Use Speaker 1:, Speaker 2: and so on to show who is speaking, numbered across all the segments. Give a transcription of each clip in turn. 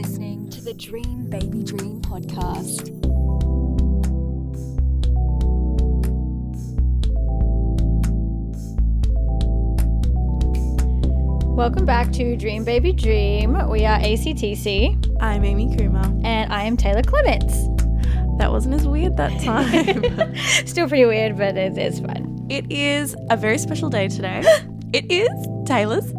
Speaker 1: to the Dream Baby Dream podcast.
Speaker 2: Welcome back to Dream Baby Dream. We are ACTC
Speaker 3: I'm Amy Kuma.
Speaker 2: and I am Taylor Clements.
Speaker 3: That wasn't as weird that time.
Speaker 2: Still pretty weird, but it's, it's fun.
Speaker 3: it is a very special day today. It is Taylor's.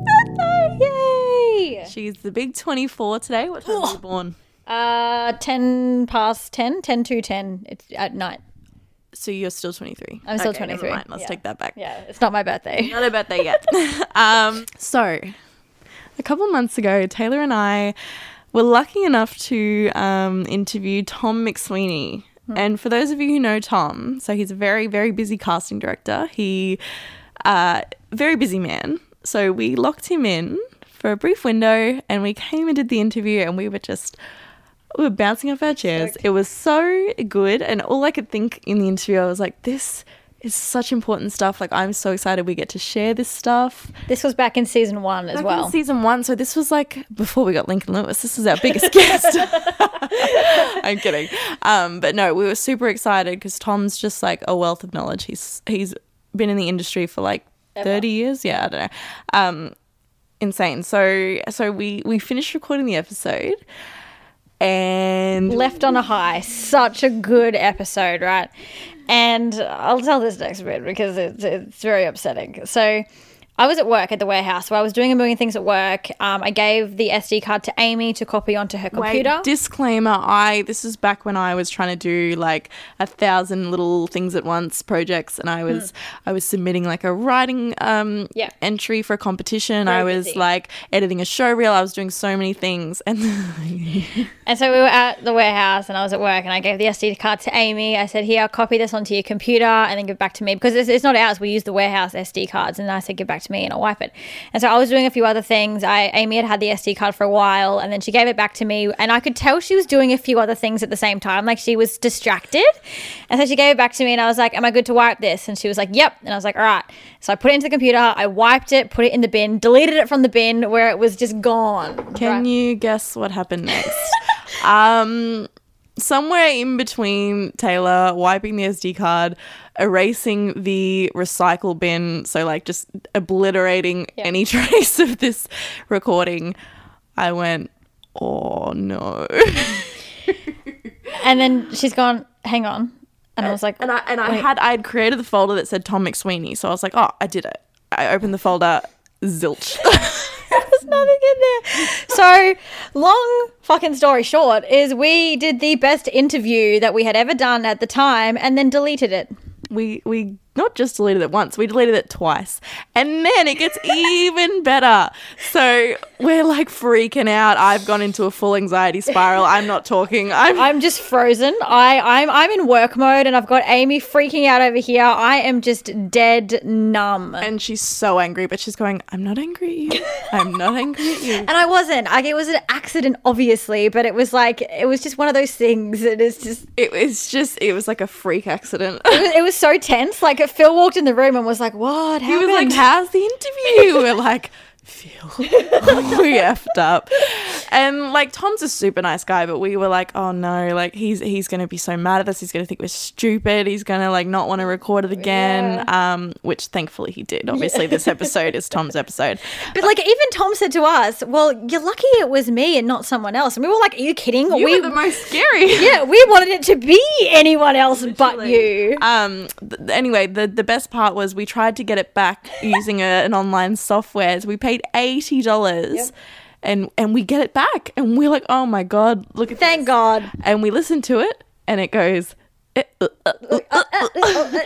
Speaker 2: Yay!
Speaker 3: She's the big 24 today. What time were you born?
Speaker 2: Uh, 10 past 10, 10 to 10. It's at night.
Speaker 3: So you're still 23.
Speaker 2: I'm still
Speaker 3: Okay, never
Speaker 2: 23.
Speaker 3: mind. Let's
Speaker 2: Yeah.
Speaker 3: take that back.
Speaker 2: Yeah, it's not my birthday.
Speaker 3: Not a birthday yet. um, so, a couple months ago, Taylor and I were lucky enough to um, interview Tom McSweeney. And for those of you who know Tom, so he's a very, very busy casting director. He, uh, very busy man. So we locked him in for a brief window, and we came and did the interview, and we were just we were bouncing off our chairs. It was so good. And all I could think in the interview, I was like, this is such important stuff. Like, I'm so excited we get to share this stuff.
Speaker 2: This was back in season one as
Speaker 3: Back in
Speaker 2: well.
Speaker 3: season one. So this was like before we got Lincoln Lewis. This is our biggest guest. I'm kidding. Um, but no, we were super excited because Tom's just like a wealth of knowledge. He's he's been in the industry for like 30 years. Yeah, I don't know. Um, insane. So so we we finished recording the episode and
Speaker 2: Left on a high. Such a good episode, right? And I'll tell this next bit because it's, it's very upsetting. So I was at work at the warehouse where I was doing a million things at work. Um, I gave the SD card to Amy to copy onto her computer.
Speaker 3: Wait, disclaimer i this is back when i was trying to do like a thousand little things at once projects and i was i was submitting like a writing um
Speaker 2: Hmm. Yeah.
Speaker 3: entry for a competition i was
Speaker 2: busy.
Speaker 3: like editing a show reel i was doing so many things and
Speaker 2: And so we were at the warehouse and I was at work and I gave the SD card to Amy. I said, Here, copy this onto your computer and then give it back to me because it's, it's not ours. We use the warehouse SD cards. And I said, Give it back to me and I'll wipe it. And so I was doing a few other things. I Amy had had the SD card for a while and then she gave it back to me. And I could tell she was doing a few other things at the same time. Like she was distracted. And so she gave it back to me and I was like, Am I good to wipe this? And she was like, Yep. And I was like, All right. So I put it into the computer. I wiped it, put it in the bin, deleted it from the bin where it was just gone.
Speaker 3: can
Speaker 2: Right.
Speaker 3: you guess what happened next um somewhere in between taylor wiping the sd card erasing the recycle bin so like just obliterating any trace of this recording i went oh no
Speaker 2: And then she's gone, hang on. And I was like,
Speaker 3: and i and i had i had created the folder that said tom mcsweeney so i was like oh i did it i opened the folder zilch
Speaker 2: there's nothing in there. So, long fucking story short, is we did the best interview that we had ever done at the time and then deleted it.
Speaker 3: we we not just deleted it once, we deleted it twice. And then it gets even better. So we're like freaking out. I've gone into a full anxiety spiral. I'm not talking. I'm
Speaker 2: I'm just frozen. I, I'm I'm in work mode and I've got Amy freaking out over here. I am just dead numb.
Speaker 3: and she's so angry, but she's going, I'm not angry at you. I'm not angry at you.
Speaker 2: And I wasn't. Like it was an accident, obviously, but it was like it was just one of those things. It is just
Speaker 3: It was just it was like a freak accident.
Speaker 2: it was, it was so tense. Like Phil walked in the room and was like, "What happened?"
Speaker 3: He was like, How's the interview? We're like, Phil, we effed up. And like Tom's a super nice guy, but we were like, oh no, like he's he's gonna be so mad at us, he's gonna think we're stupid, he's gonna like not want to record it again. Um, which thankfully he did. Obviously, this episode is Tom's episode.
Speaker 2: But like even Tom said to us, "Well, you're lucky it was me and not someone else." And we were like, "Are you kidding?
Speaker 3: You
Speaker 2: we
Speaker 3: were the most scary.
Speaker 2: yeah, we wanted it to be anyone else but you."
Speaker 3: Um. Th- anyway, the the best part was we tried to get it back using a, an online software. So we paid eighty dollars, and and we get it back, and we're like, oh my god, look at
Speaker 2: Thank
Speaker 3: this.
Speaker 2: God.
Speaker 3: And we listen to it, and it goes. "Eh, uh, uh, uh, uh, uh,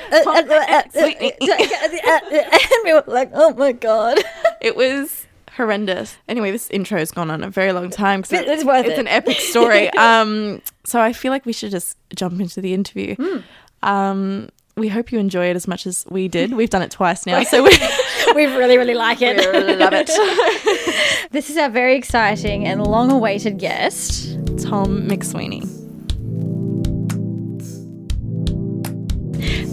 Speaker 2: uh, and we were like, "Oh my God!"
Speaker 3: It was horrendous. Anyway, this intro's gone on a very long time. 'cause
Speaker 2: It's worth
Speaker 3: It's
Speaker 2: it.
Speaker 3: an epic story. um. So I feel like we should just jump into the interview.
Speaker 2: Hmm.
Speaker 3: Um. We hope you enjoy it as much as we did. We've done it twice now, so we
Speaker 2: We really, really like it.
Speaker 3: love it.
Speaker 2: This is our very exciting and long-awaited guest.
Speaker 3: Tom McSweeney.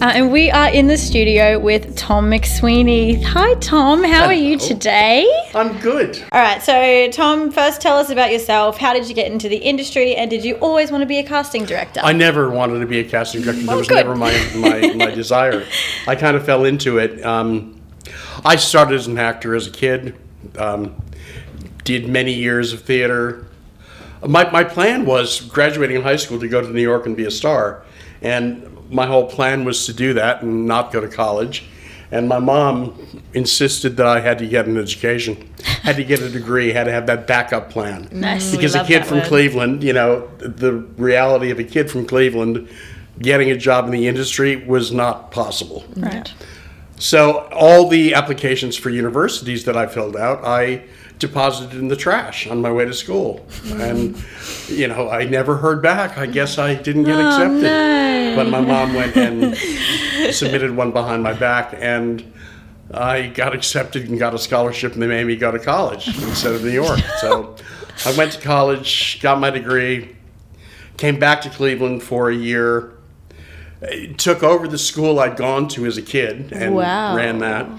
Speaker 2: Uh, and we are in the studio with Tom McSweeney. Hi, Tom. How are you
Speaker 4: Hello.
Speaker 2: today?
Speaker 4: I'm good.
Speaker 2: All right. So, Tom, first tell us about yourself. How did you get into the industry? And did you always want to be a casting director?
Speaker 4: I never wanted to be a casting director. That was
Speaker 2: good.
Speaker 4: never my, my, my desire. I kind of fell into it. Um, I started as an actor as a kid, um, did many years of theater. My, my plan was graduating high school to go to New York and be a star. And my whole plan was to do that and not go to college. And my mom insisted that I had to get an education, had to get a degree, had to have that backup plan.
Speaker 2: Nice.
Speaker 4: Because a
Speaker 3: love
Speaker 4: kid
Speaker 3: that
Speaker 4: from
Speaker 3: word.
Speaker 4: Cleveland, you know, the reality of a kid from Cleveland getting a job in the industry was not possible.
Speaker 2: Right.
Speaker 4: So all the applications for universities that I filled out, I deposited in the trash on my way to school. And you know, I never heard back. I guess I didn't get accepted. But my mom went and submitted one behind my back and I got accepted and got a scholarship and they made me go to college instead of New York. So I went to college, got my degree, came back to Cleveland for a year took over the school I'd gone to as a kid and
Speaker 3: Wow.
Speaker 4: ran that.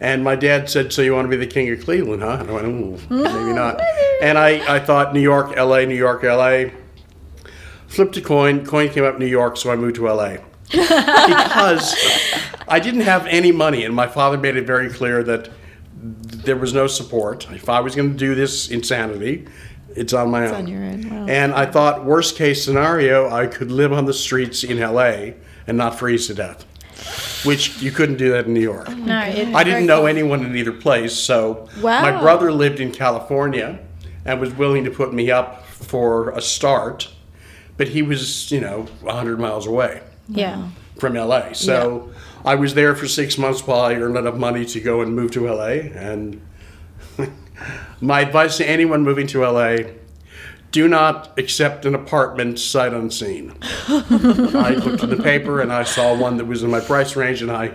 Speaker 4: And my dad said, "So you want to be the king of Cleveland, huh?" And I went, "Ooh, maybe not." And I, I thought New York, L.A., New York, L.A. Flipped a coin. Coin came up New York, so I moved to L.A. because I didn't have any money, and my father made it very clear that there was no support. If I was going to do this insanity, it's on my own.
Speaker 3: on your own, wow.
Speaker 4: And I thought, worst case scenario, I could live on the streets in LA and not freeze to death, which you couldn't do that in New York.
Speaker 2: No, it's very
Speaker 4: I didn't know anyone in either place, so my
Speaker 3: Wow.
Speaker 4: brother lived in California and was willing to put me up for a start, but he was, you know, 100 miles away
Speaker 2: Yeah.
Speaker 4: from LA. So I was there for six months while I earned enough money to go and move to LA. And my advice to anyone moving to LA do not accept an apartment sight unseen. I looked in the paper and I saw one that was in my price range and I,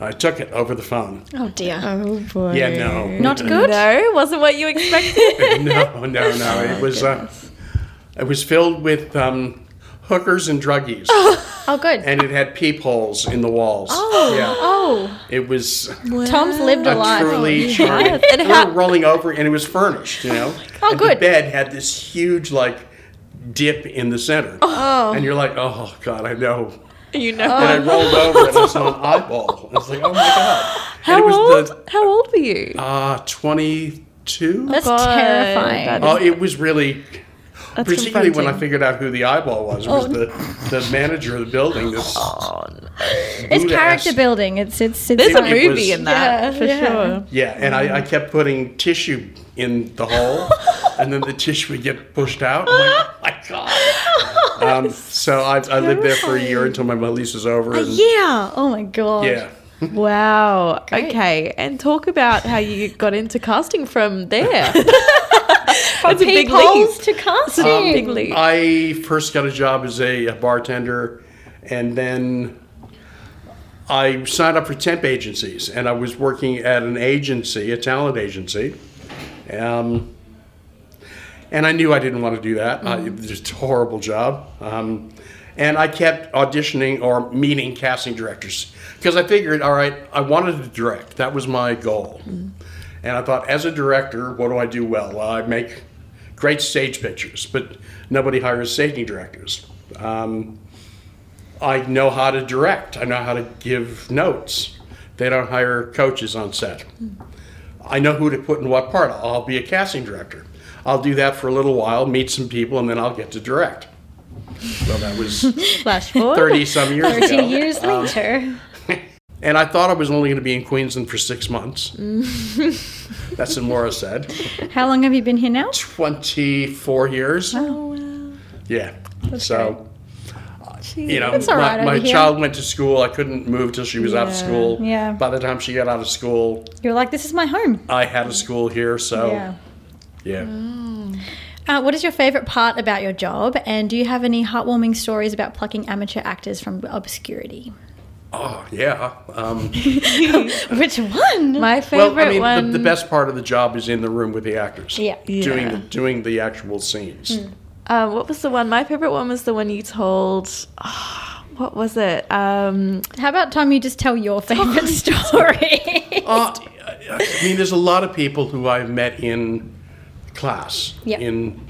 Speaker 4: I took it over the phone.
Speaker 2: Oh dear.
Speaker 3: Oh boy.
Speaker 4: Yeah, no.
Speaker 2: Not good.
Speaker 3: No, wasn't what you expected.
Speaker 4: no, no, no.
Speaker 2: Oh,
Speaker 4: It was, uh, it was filled with um, hookers and druggies.
Speaker 2: Oh, good.
Speaker 4: and it had peepholes in the walls. Oh, yeah.
Speaker 2: Oh,
Speaker 4: It was
Speaker 2: Tom's lived a
Speaker 4: a
Speaker 2: life.
Speaker 4: truly charming.
Speaker 3: Yes, and
Speaker 4: we
Speaker 3: how-
Speaker 4: were rolling over, and it was furnished. You know,
Speaker 2: Oh,
Speaker 4: and
Speaker 2: good.
Speaker 4: The bed had this huge like dip in the center, and you're like, oh god, I know.
Speaker 3: you know.
Speaker 4: And I rolled over, and I saw an eyeball. I was like, oh my god.
Speaker 3: how
Speaker 4: and it was
Speaker 3: old? how old were you?
Speaker 4: the uh, 22.
Speaker 2: That's
Speaker 3: God,
Speaker 2: terrifying.
Speaker 3: that
Speaker 4: Oh, it was really. particularly when I
Speaker 3: confronting.
Speaker 4: figured out who the eyeball was, it was the, the manager of the building. This
Speaker 2: it's
Speaker 4: Buddha-esque-
Speaker 2: character building. It's it's it's
Speaker 3: There's a
Speaker 2: like-
Speaker 4: It
Speaker 3: movie
Speaker 4: was-
Speaker 3: in that
Speaker 2: Yeah,
Speaker 3: for
Speaker 2: yeah.
Speaker 3: sure.
Speaker 4: Yeah, and I, I kept putting tissue in the hole, and then the tissue would get pushed out. I'm like, oh my god! Um, so I, I lived there for a year until my lease was over. And,
Speaker 2: Yeah. Oh my god.
Speaker 4: yeah,
Speaker 3: Wow. Okay. And talk about how you got into casting from there. That's a big
Speaker 2: Peepholes
Speaker 3: leap.
Speaker 2: to casting.
Speaker 3: Big leap.
Speaker 4: I first got a job as a, bartender, and then I signed up for temp agencies, and I was working at an agency, a talent agency. Um, and I knew I didn't want to do that. I, it was just a horrible job. Um, and I kept auditioning or meeting casting directors because I figured, all right, I wanted to direct. That was my goal. And I thought, as a director, what do I do well? Well, I make great stage pictures, but nobody hires staging directors. Um, I know how to direct. I know how to give notes. They don't hire coaches on set. I know who to put in what part. I'll be a casting director. I'll do that for a little while, meet some people, and then I'll get to direct. Well, that was
Speaker 3: Flash forward.
Speaker 4: 30 some years ago.
Speaker 2: Thirty years
Speaker 4: Uh,
Speaker 2: later.
Speaker 4: And I thought I was only going to be in Queensland for six months. That's what Laura said.
Speaker 2: How long have you been here now?
Speaker 4: 24 years.
Speaker 3: Oh, wow.
Speaker 4: Yeah. so, uh, you know,
Speaker 2: It's all
Speaker 4: my,
Speaker 2: right
Speaker 4: my
Speaker 2: over here.
Speaker 4: child went to school. I couldn't move till she was out of
Speaker 3: Yeah.
Speaker 4: school.
Speaker 2: Yeah.
Speaker 4: By the time she got out of school,
Speaker 2: You're like, this is my home.
Speaker 4: I had a school here. So, yeah.
Speaker 2: Mm-hmm. Uh, what is your favorite part about your job? And do you have any heartwarming stories about plucking amateur actors from obscurity?
Speaker 4: Oh, yeah. Um,
Speaker 2: Which one?
Speaker 3: My favorite
Speaker 4: well, I mean,
Speaker 3: one.
Speaker 4: the, the best part of the job is in the room with the actors.
Speaker 2: Yeah. Hmm.
Speaker 4: Doing, the,
Speaker 3: Yeah.
Speaker 4: doing the actual scenes.
Speaker 3: uh, Um, what was the one? My favorite one was the one you told. ah, what was it? Um,
Speaker 2: How about Tom? You just tell your favorite story.
Speaker 4: Uh, I mean, there's a lot of people who I've met in class,
Speaker 2: Yep.
Speaker 4: in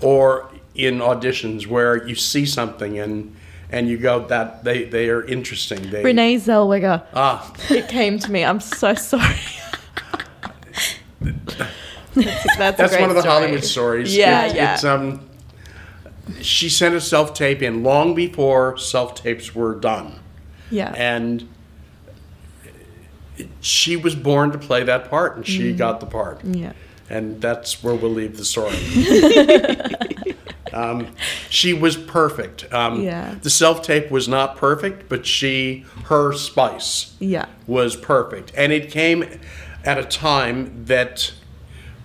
Speaker 4: or in auditions where you see something and and you go that they they are interesting. They,
Speaker 3: Renee Oh, Zellweger.
Speaker 4: Ah,
Speaker 3: It came to me. I'm so sorry. that's
Speaker 4: that's one of the Hollywood stories.
Speaker 3: Yeah,
Speaker 4: It-
Speaker 3: yeah.
Speaker 4: It's, um, she sent a self tape in long before self tapes were done.
Speaker 3: Yeah.
Speaker 4: and she was born to play that part and
Speaker 3: Mm-hmm.
Speaker 4: she got the part
Speaker 3: Yeah.
Speaker 4: and that's where we'll leave the story um, she was perfect um,
Speaker 3: Yeah.
Speaker 4: the self-tape was not perfect but she her spice
Speaker 3: Yeah.
Speaker 4: was perfect and it came at a time that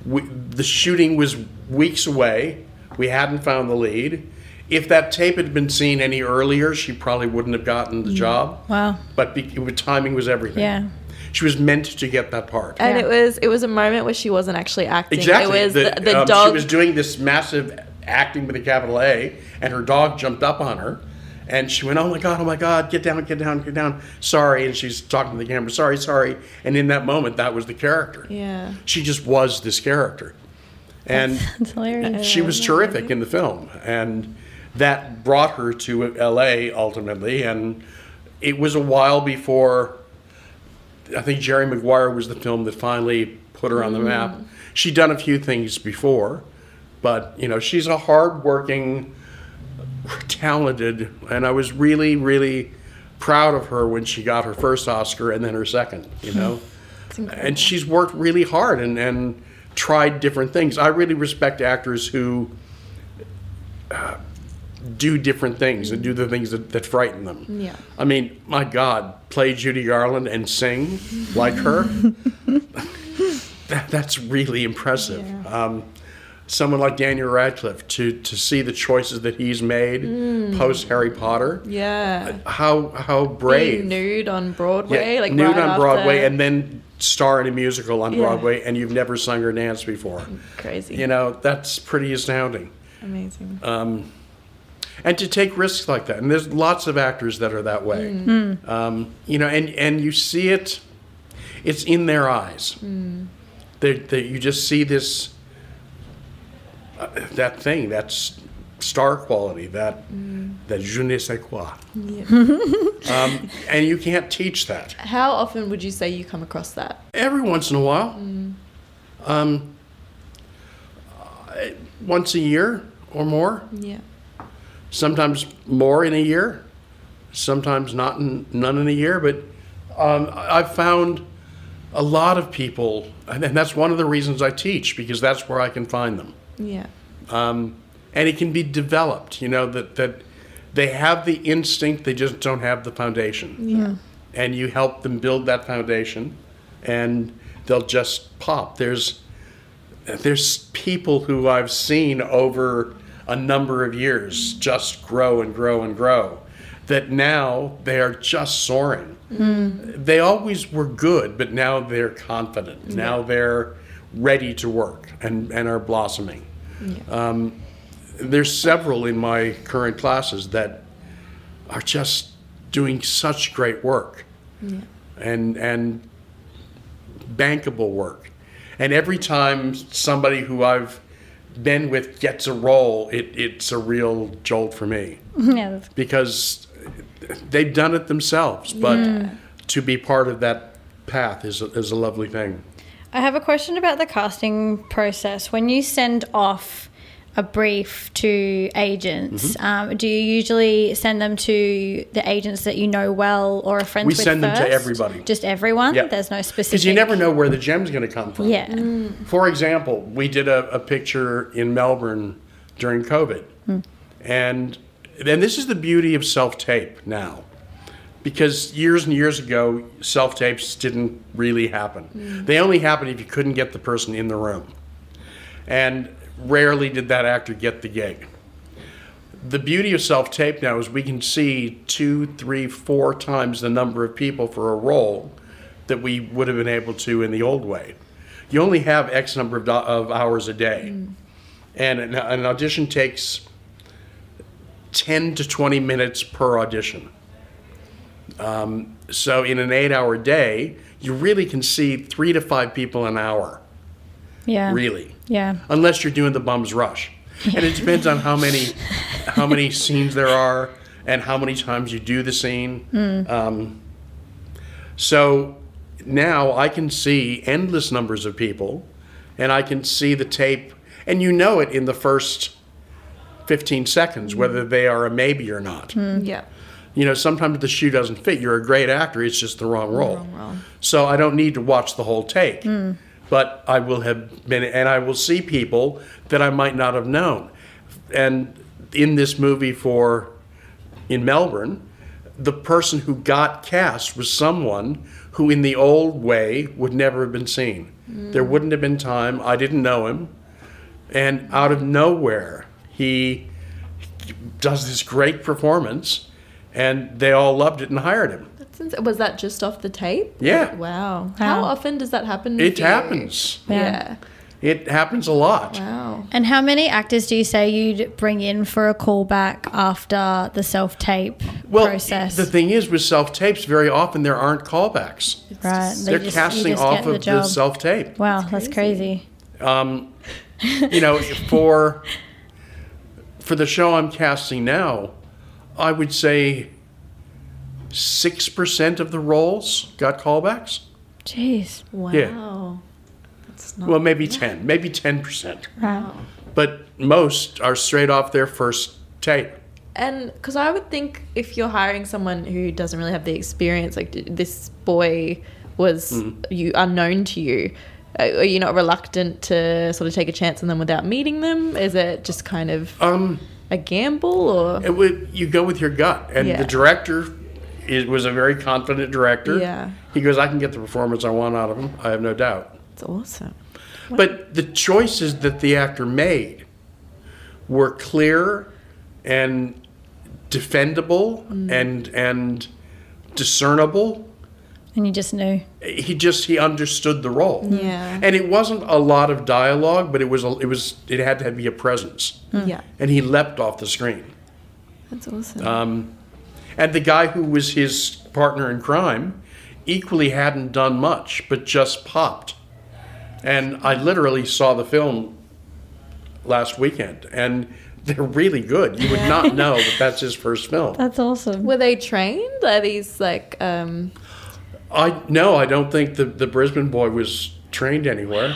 Speaker 4: we, the shooting was weeks away we hadn't found the lead if that tape had been seen any earlier she probably wouldn't have gotten the job
Speaker 2: Mm. Wow.
Speaker 4: but be, it was- timing was everything
Speaker 2: Yeah.
Speaker 4: she was meant to get that part
Speaker 3: And
Speaker 2: Yeah.
Speaker 3: it was it was a moment where she wasn't actually acting.
Speaker 4: Exactly.
Speaker 3: It was the, the,
Speaker 4: um,
Speaker 3: dog.
Speaker 4: She was doing this massive acting with a capital A, and her dog jumped up on her, and she went, "Oh my god! Oh my god! Get down! Get down! Get down! Sorry!" And she's talking to the camera, "Sorry, sorry." And in that moment, that was the character.
Speaker 3: Yeah.
Speaker 4: She just was this character, and
Speaker 2: That's hilarious.
Speaker 4: she was terrific in the film, and that brought her to L.A. ultimately, and it was a while before. I think Jerry Maguire was the film that finally put her on the map. She'd done a few things before, but you know she's a hardworking, talented, and I was really, really proud of her when she got her first Oscar and then her second. You know, and she's worked really hard and and tried different things. I really respect actors who uh, do different things and do the things that, that frighten them.
Speaker 3: Yeah.
Speaker 4: I mean, my God, play Judy Garland and sing like her. that, that's really impressive. Um, someone like Daniel Radcliffe to to see the choices that he's made post Harry Potter.
Speaker 3: Mm. yeah.
Speaker 4: How how
Speaker 3: Being
Speaker 4: Uh, brave.
Speaker 3: nude on Broadway,
Speaker 4: Yeah,
Speaker 3: like
Speaker 4: nude
Speaker 3: right
Speaker 4: on
Speaker 3: after-
Speaker 4: Broadway and then star in a musical on
Speaker 3: Yeah.
Speaker 4: Broadway and you've never sung or danced before.
Speaker 3: crazy.
Speaker 4: You know, uh, that's pretty astounding.
Speaker 3: Amazing.
Speaker 4: and to take risks like that. And there's lots of actors that are that way. Um, you know, and and you see it, it's in their eyes. That that you just see this, uh, that thing, that s- star quality, that that je ne sais quoi. um, and you can't teach that.
Speaker 3: How often would you say you come across that?
Speaker 4: Every once in a while. Um, I- once a year or more
Speaker 3: Yeah.
Speaker 4: sometimes more in a year, sometimes not in, none in a year. But um, I- I've found a lot of people, and and that's one of the reasons I teach because that's where I can find them,
Speaker 3: Yeah.
Speaker 4: um, and it can be developed. You know that that they have the instinct, they just don't have the foundation,
Speaker 3: Yeah.
Speaker 4: and you help them build that foundation, and they'll just pop. There's there's people who I've seen over a number of years just grow and grow and grow that now they are just soaring. They always were good, but now they're confident. Now they're ready to work and, and are blossoming. Um, there's several in my current classes that are just doing such great work and and bankable work. And every time somebody who I've been with gets a role, it, it's a real jolt for me
Speaker 2: yeah, that's
Speaker 4: because they've done it themselves. But to be part of that path is a, is a lovely thing.
Speaker 2: I have a question about the casting process. When you send off a brief to agents, um, do you usually send them to the agents that you know well or are friends
Speaker 4: We
Speaker 2: with?
Speaker 4: send them to
Speaker 2: first?
Speaker 4: everybody.
Speaker 2: Just everyone?
Speaker 4: Yeah.
Speaker 2: There's no specific.
Speaker 4: Because you never know Mm. where the gem's going to come from.
Speaker 2: Yeah.
Speaker 4: For example, we did a, a picture in Melbourne during COVID. And and this is the beauty of self tape now. Because years and years ago, self tapes didn't really happen. They only happened if you couldn't get the person in the room. And rarely did that actor get the gig. The beauty of self tape now is we can see two, three, four times the number of people for a role that we would have been able to in the old way. You only have X number of, do- of hours a day. And an, an audition takes 10 to 20 minutes per audition. Um, so in an eight-hour day, you really can see three to five people an hour,
Speaker 2: Yeah.
Speaker 4: really,
Speaker 2: Yeah.
Speaker 4: unless you're doing the bums rush. And it depends on how many how many scenes there are and how many times you do the scene. Um, so now I can see endless numbers of people, and I can see the tape, and you know it in the first 15 seconds whether they are a maybe or not.
Speaker 3: Yeah.
Speaker 4: You know, sometimes the shoe doesn't fit. You're a great actor, it's just the wrong role. Hmm. So I don't need to watch the whole take. But I will have been, and I will see people that I might not have known. And in this movie for, in Melbourne, the person who got cast was someone who, in the old way, would never have been seen. There wouldn't have been time. I didn't know him. And out of nowhere, he does this great performance, and they all loved it and hired him.
Speaker 3: That's ins- was that just off the tape?
Speaker 4: Yeah.
Speaker 3: Wow. How
Speaker 2: Wow.
Speaker 3: often does that happen?
Speaker 4: It
Speaker 3: for you?
Speaker 4: happens.
Speaker 3: Yeah.
Speaker 4: It happens a lot.
Speaker 3: Wow.
Speaker 2: And how many actors do you say you'd bring in for a callback after the self tape
Speaker 4: Well,
Speaker 2: process?
Speaker 4: the thing is, with self tapes, very often there aren't callbacks.
Speaker 2: right. They
Speaker 4: They're
Speaker 2: just- you
Speaker 4: casting
Speaker 2: just
Speaker 4: off
Speaker 2: get
Speaker 4: of the,
Speaker 2: job.
Speaker 4: self tape.
Speaker 2: Wow, that's crazy.
Speaker 4: Um, you know, for for the show I'm casting now, I would say six percent of the roles got callbacks.
Speaker 2: Jeez.
Speaker 3: Wow.
Speaker 4: Yeah.
Speaker 3: That's not
Speaker 4: Well, maybe ten, maybe ten percent,
Speaker 2: Wow.
Speaker 4: but most are straight off their first tape.
Speaker 3: And because I would think if you're hiring someone who doesn't really have the experience, like d- this boy was
Speaker 4: Mm-hmm.
Speaker 3: you unknown to you, a- are you not reluctant to sort of take a chance on them without meeting them? Is it just kind of
Speaker 4: Um,
Speaker 3: a gamble or?
Speaker 4: It would, you go with your gut, and
Speaker 3: Yeah.
Speaker 4: the director is, was a very confident director.
Speaker 3: Yeah.
Speaker 4: he goes, "I can get the performance I want out of him. I have no doubt."
Speaker 3: It's awesome.
Speaker 4: But the choices that the actor made were clear and defendable
Speaker 3: Mm.
Speaker 4: and and discernible.
Speaker 2: And you just knew.
Speaker 4: He just he understood the role.
Speaker 3: Yeah.
Speaker 4: and it wasn't a lot of dialogue, but it was a, it was it had to be a presence,
Speaker 3: Yeah.
Speaker 4: and he leapt off the screen.
Speaker 3: That's awesome.
Speaker 4: Uh, And the guy who was his partner in crime equally hadn't done much, but just popped. And I literally saw the film last weekend, and they're really good. You would not know that that's his first film.
Speaker 2: That's awesome.
Speaker 3: Were they trained? Are these like um
Speaker 4: I no, I don't think the, the Brisbane boy was trained anywhere.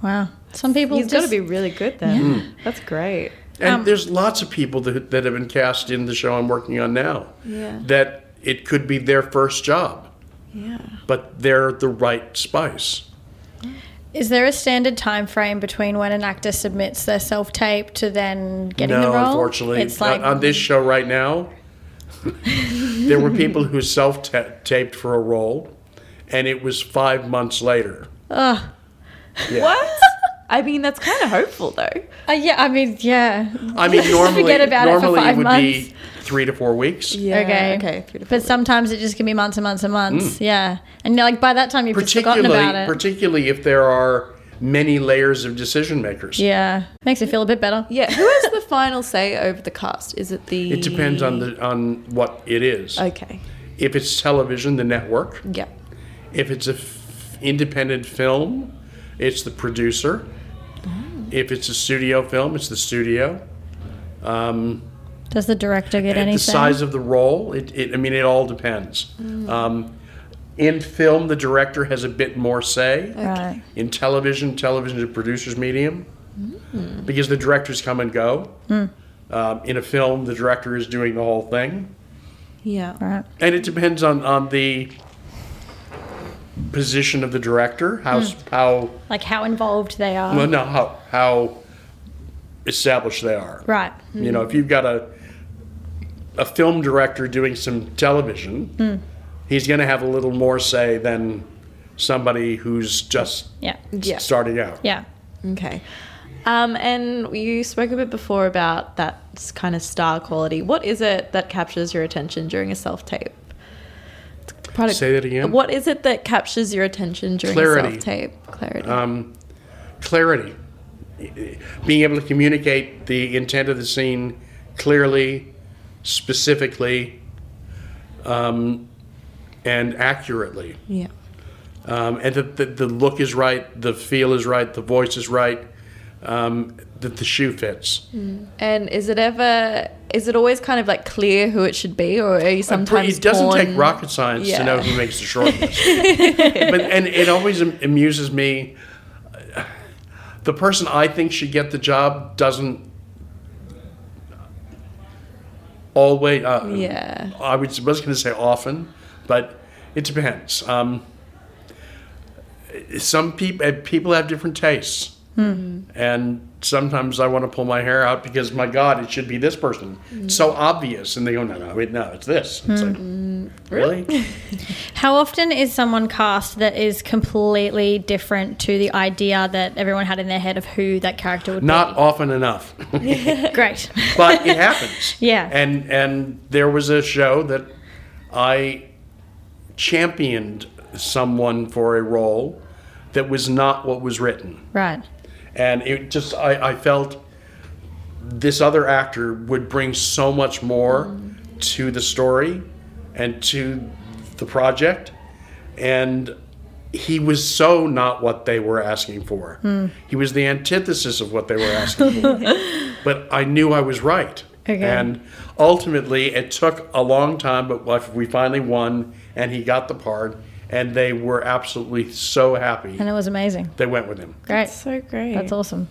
Speaker 2: Wow. Some people
Speaker 3: he's got to
Speaker 2: just
Speaker 3: be really good then.
Speaker 4: Mm.
Speaker 3: That's great.
Speaker 4: And
Speaker 2: Um,
Speaker 4: there's lots of people that, that have been cast in the show I'm working on now
Speaker 3: Yeah.
Speaker 4: that it could be their first job,
Speaker 3: Yeah.
Speaker 4: but they're the right spice.
Speaker 2: Is there a standard time frame between when an actor submits their self tape to then getting
Speaker 4: no,
Speaker 2: the role?
Speaker 4: unfortunately, Uh,
Speaker 2: it's like
Speaker 4: on, on this show right now, there were people who self-taped for a role, and it was five months later.
Speaker 2: ugh.
Speaker 4: Yeah.
Speaker 3: What? I mean, that's kind of hopeful though.
Speaker 2: Uh, yeah, I mean, yeah.
Speaker 4: I mean,
Speaker 2: Just
Speaker 4: normally,
Speaker 2: forget about it for
Speaker 4: normally it,
Speaker 2: five
Speaker 4: would
Speaker 2: months.
Speaker 4: be three to four weeks.
Speaker 2: okay.
Speaker 3: Okay. Three to four
Speaker 2: But sometimes it just can be months and months and months. Yeah. And you're like by that time you've just forgotten
Speaker 4: Mm. Particularly,
Speaker 2: about it.
Speaker 4: particularly if there are many layers of decision makers.
Speaker 2: yeah. Makes it feel a bit better.
Speaker 3: Yeah, who has the final say over the cast? Is it the?
Speaker 4: It depends on the on what it is.
Speaker 3: Okay.
Speaker 4: If it's television, the network.
Speaker 3: Yeah.
Speaker 4: If it's an independent film, it's the producer. If it's a studio film, it's the studio.
Speaker 2: Does the director get anything?
Speaker 4: The size of the role, it, it, I mean, it all depends. Um, in film, the director has a bit more say.
Speaker 2: Right.
Speaker 4: In television, television is a producer's medium because the directors come and go. Um, in a film, the director is doing the whole thing.
Speaker 3: Yeah.
Speaker 2: Right.
Speaker 4: And it depends on, on the position of the director, how, s how
Speaker 2: Like how involved they are.
Speaker 4: Well, no, how how established they are.
Speaker 2: right.
Speaker 4: You know, if you've got a a film director doing some television, he's going to have a little more say than somebody who's just
Speaker 2: Yeah.
Speaker 3: Yeah.
Speaker 4: starting out.
Speaker 2: Yeah.
Speaker 3: Okay. Um, and you spoke a bit before about that s- kind of star quality. What is it that captures your attention during a self tape?
Speaker 4: Say that again?
Speaker 3: What is it that captures your attention during
Speaker 4: Clarity.
Speaker 3: a self tape? Clarity.
Speaker 4: Um, clarity, being able to communicate the intent of the scene clearly, specifically. Um, and accurately.
Speaker 3: Yeah.
Speaker 4: Um, and that the, the look is right, the feel is right, the voice is right, um, that the shoe fits.
Speaker 5: And is it ever? Is it always kind of like clear who it should be, or are you sometimes?
Speaker 4: it doesn't
Speaker 5: torn?
Speaker 4: take rocket science
Speaker 5: Yeah.
Speaker 4: to know who makes the short list. but and it always am- amuses me. The person I think should get the job doesn't always. Uh,
Speaker 5: Yeah.
Speaker 4: I was, was going to say often, but it depends. Um, some people people have different tastes, and sometimes I want to pull my hair out because my God, it should be this person. It's so obvious, and they go, no, no, wait, no, it's this. It's like, really?
Speaker 2: How often is someone cast that is completely different to the idea that everyone had in their head of who that character would
Speaker 4: Not often enough,
Speaker 2: be? Great.
Speaker 4: but it happens.
Speaker 2: Yeah.
Speaker 4: And and there was a show that I championed someone for a role that was not what was written.
Speaker 2: right.
Speaker 4: and it just I, I felt this other actor would bring so much more to the story and to the project and he was so not what they were asking for
Speaker 2: Hmm.
Speaker 4: he was the antithesis of what they were asking for but i knew i was right
Speaker 2: Okay.
Speaker 4: and ultimately it took a long time but like, we finally won and he got the part and they were absolutely so happy
Speaker 2: And it was amazing.
Speaker 4: they went with him
Speaker 2: Great.
Speaker 3: So great.
Speaker 2: That's awesome.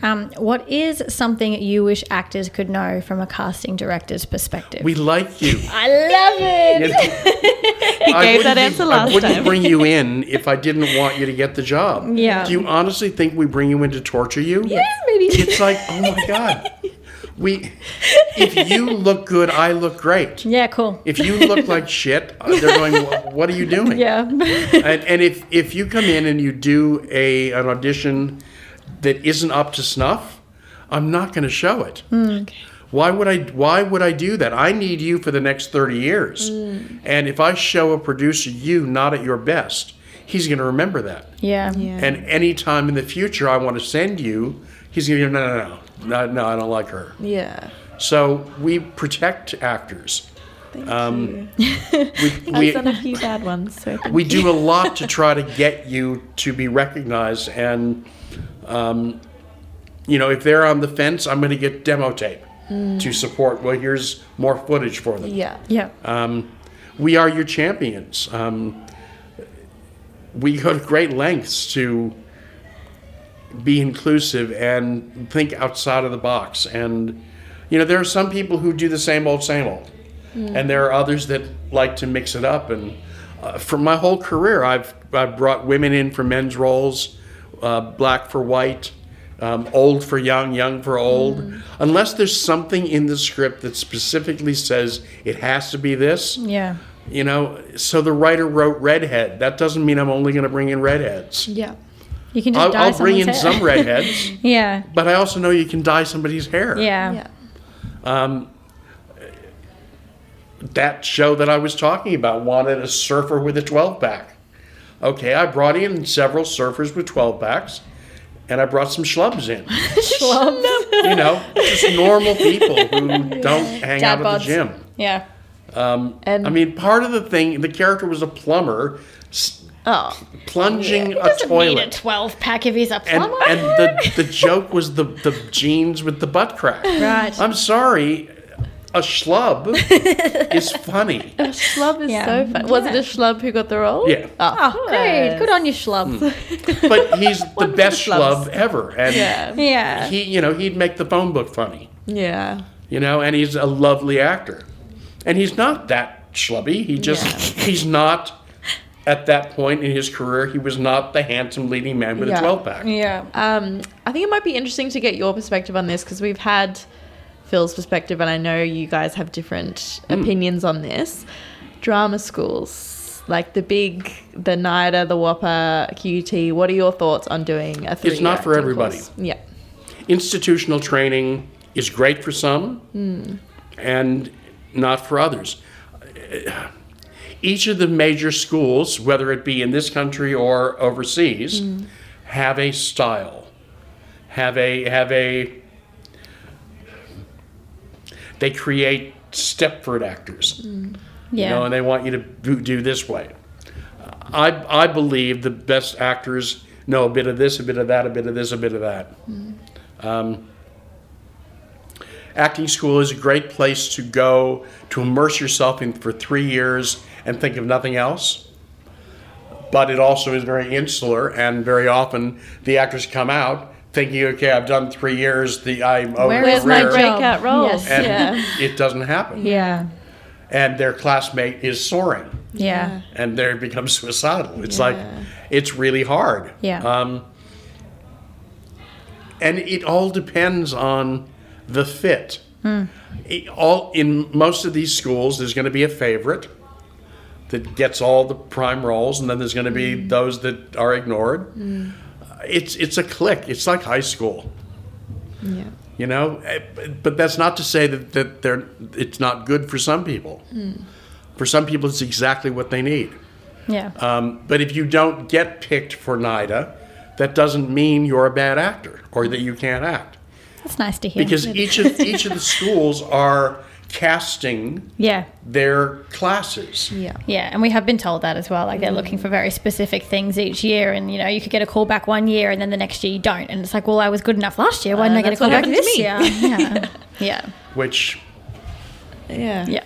Speaker 2: Um, what is something you wish actors could know from a casting director's perspective?
Speaker 4: we like you
Speaker 2: I love it.
Speaker 4: he
Speaker 3: gave that answer last
Speaker 4: I wouldn't
Speaker 3: time.
Speaker 4: bring you in if I didn't want you to get the job.
Speaker 2: Yeah.
Speaker 4: Do you honestly think we bring you in to torture you?
Speaker 2: maybe.
Speaker 4: It's like, oh my god, we. If you look good, I look great.
Speaker 2: Yeah, cool.
Speaker 4: If you look like shit, they're going, "Wha- what are you doing?
Speaker 2: Yeah.
Speaker 4: And, and if if you come in and you do a an audition that isn't up to snuff, I'm not going to show it.
Speaker 3: Hmm,
Speaker 4: Why would I? Why would I do that? I need you for the next thirty years.
Speaker 3: Hmm.
Speaker 4: And if I show a producer you not at your best, he's going to remember that.
Speaker 2: yeah.
Speaker 4: And any time in the future I want to send you, he's going to go, no, no, no, no, no, I don't like her.
Speaker 5: Yeah.
Speaker 4: So we protect actors. Um,
Speaker 3: Thank you.
Speaker 4: We,
Speaker 3: I've
Speaker 4: we,
Speaker 3: done a few bad ones. So
Speaker 4: we do a lot to try to get you to be recognized and um, you know if they're on the fence i'm going to get demo tape to support well here's more footage for them
Speaker 5: Yeah.
Speaker 2: Yeah.
Speaker 4: um, we are your champions um, we go to great lengths to be inclusive and think outside of the box and you know there are some people who do the same old same old and there are others that like to mix it up and uh, for my whole career i've i've brought women in for men's roles uh, black for white um, old for young young for old unless there's something in the script that specifically says it has to be this
Speaker 2: yeah.
Speaker 4: you know so the writer wrote redhead that doesn't mean i'm only going to bring in redheads
Speaker 5: Yeah.
Speaker 2: You can just
Speaker 4: I'll,
Speaker 2: dye
Speaker 4: I'll bring in
Speaker 2: someone's hair.
Speaker 4: some redheads
Speaker 2: yeah.
Speaker 4: but i also know you can dye somebody's hair
Speaker 2: Yeah.
Speaker 5: Yeah.
Speaker 4: that show that I was talking about wanted a surfer with a 12 pack. Okay, I brought in several surfers with 12 packs and I brought some schlubs in. You know, just normal people who don't hang
Speaker 2: Dad
Speaker 4: out at
Speaker 2: bods.
Speaker 4: the gym. Um,
Speaker 2: Yeah.
Speaker 5: And
Speaker 4: I mean, part of the thing, the character was a plumber s-
Speaker 5: oh,
Speaker 4: plunging a
Speaker 2: Doesn't
Speaker 4: toilet.
Speaker 2: need a 12 pack if he's a
Speaker 4: and
Speaker 2: plumber.
Speaker 4: and the, the joke was the, the jeans with the butt crack.
Speaker 2: Right.
Speaker 4: I'm sorry, a schlub is funny.
Speaker 5: schlub is
Speaker 2: Yeah.
Speaker 5: so fun. Was it a schlub who got the role?
Speaker 4: Yeah.
Speaker 5: Oh,
Speaker 2: oh, great. Good on you, schlub.
Speaker 4: but he's the best
Speaker 5: schlubs.
Speaker 4: schlub ever. And
Speaker 5: Yeah.
Speaker 2: Yeah.
Speaker 4: he, you know, he'd make the phone book funny,
Speaker 5: Yeah.
Speaker 4: you know, and he's a lovely actor. And he's not that schlubby. He just, he's not, at that point in his career, he was not the handsome leading man with
Speaker 5: Yeah.
Speaker 4: a 12 pack.
Speaker 2: Yeah.
Speaker 5: Um, I think it might be interesting to get your perspective on this because we've had Phil's perspective, and I know you guys have different
Speaker 4: Mm.
Speaker 5: opinions on this. Drama schools, like the big, the NIDA, the Whopper, QUT. What are your thoughts on doing a three?
Speaker 4: not for everybody.
Speaker 5: Yeah.
Speaker 4: Institutional training is great for some and not for others. Each of the major schools, whether it be in this country or overseas, have a style. have a have a
Speaker 5: Mm.
Speaker 4: they create Stepford actors.
Speaker 2: Yeah.
Speaker 4: you know, and they want you to do, do this way. I, I believe the best actors know a bit of this, a bit of that, a bit of this, a bit of that.
Speaker 5: Mm.
Speaker 4: Um, acting school is a great place to go to immerse yourself in for three years and think of nothing else. But it also is very insular, and very often the actors come out thinking, "Okay, I've done three years. The I'm over
Speaker 5: Where
Speaker 4: the
Speaker 5: is my
Speaker 4: career,"
Speaker 5: breakout role?
Speaker 2: Yes.
Speaker 4: and
Speaker 5: Yeah.
Speaker 4: it doesn't happen.
Speaker 5: Yeah.
Speaker 4: And their classmate is soaring
Speaker 5: Yeah.
Speaker 4: and they become suicidal. It's like it's really hard.
Speaker 2: Yeah.
Speaker 4: Um, and it all depends on the fit.
Speaker 5: Hmm.
Speaker 4: It all in most of these schools, there's going to be a favorite that gets all the prime roles, and then there's going to be
Speaker 5: Hmm.
Speaker 4: those that are ignored. It's it's a clique. It's like high school.
Speaker 5: Yeah.
Speaker 4: You know, Eh, but- but that's not to say that, that they're, it's not good for some people.
Speaker 2: Hmm.
Speaker 4: For some people, it's exactly what they need.
Speaker 2: Yeah.
Speaker 4: Um, but if you don't get picked for NIDA, that doesn't mean you're a bad actor or that you can't act.
Speaker 2: That's nice to hear.
Speaker 4: Because each of each of the schools are casting
Speaker 2: yeah.
Speaker 4: their classes.
Speaker 2: Hmm.
Speaker 5: Yeah.
Speaker 2: Yeah, and we have been told that as well.
Speaker 5: Mm.
Speaker 2: Like they're looking for very specific things each year, and you know you could get a call back one year, and then the next year you don't, and it's like, well, I was good enough last year. Why didn't I get a
Speaker 5: Uh, that's
Speaker 2: call
Speaker 5: what happened
Speaker 2: back
Speaker 5: to
Speaker 2: this
Speaker 5: me.
Speaker 2: year? Yeah, yeah,
Speaker 4: Which
Speaker 5: Yeah.
Speaker 2: yeah,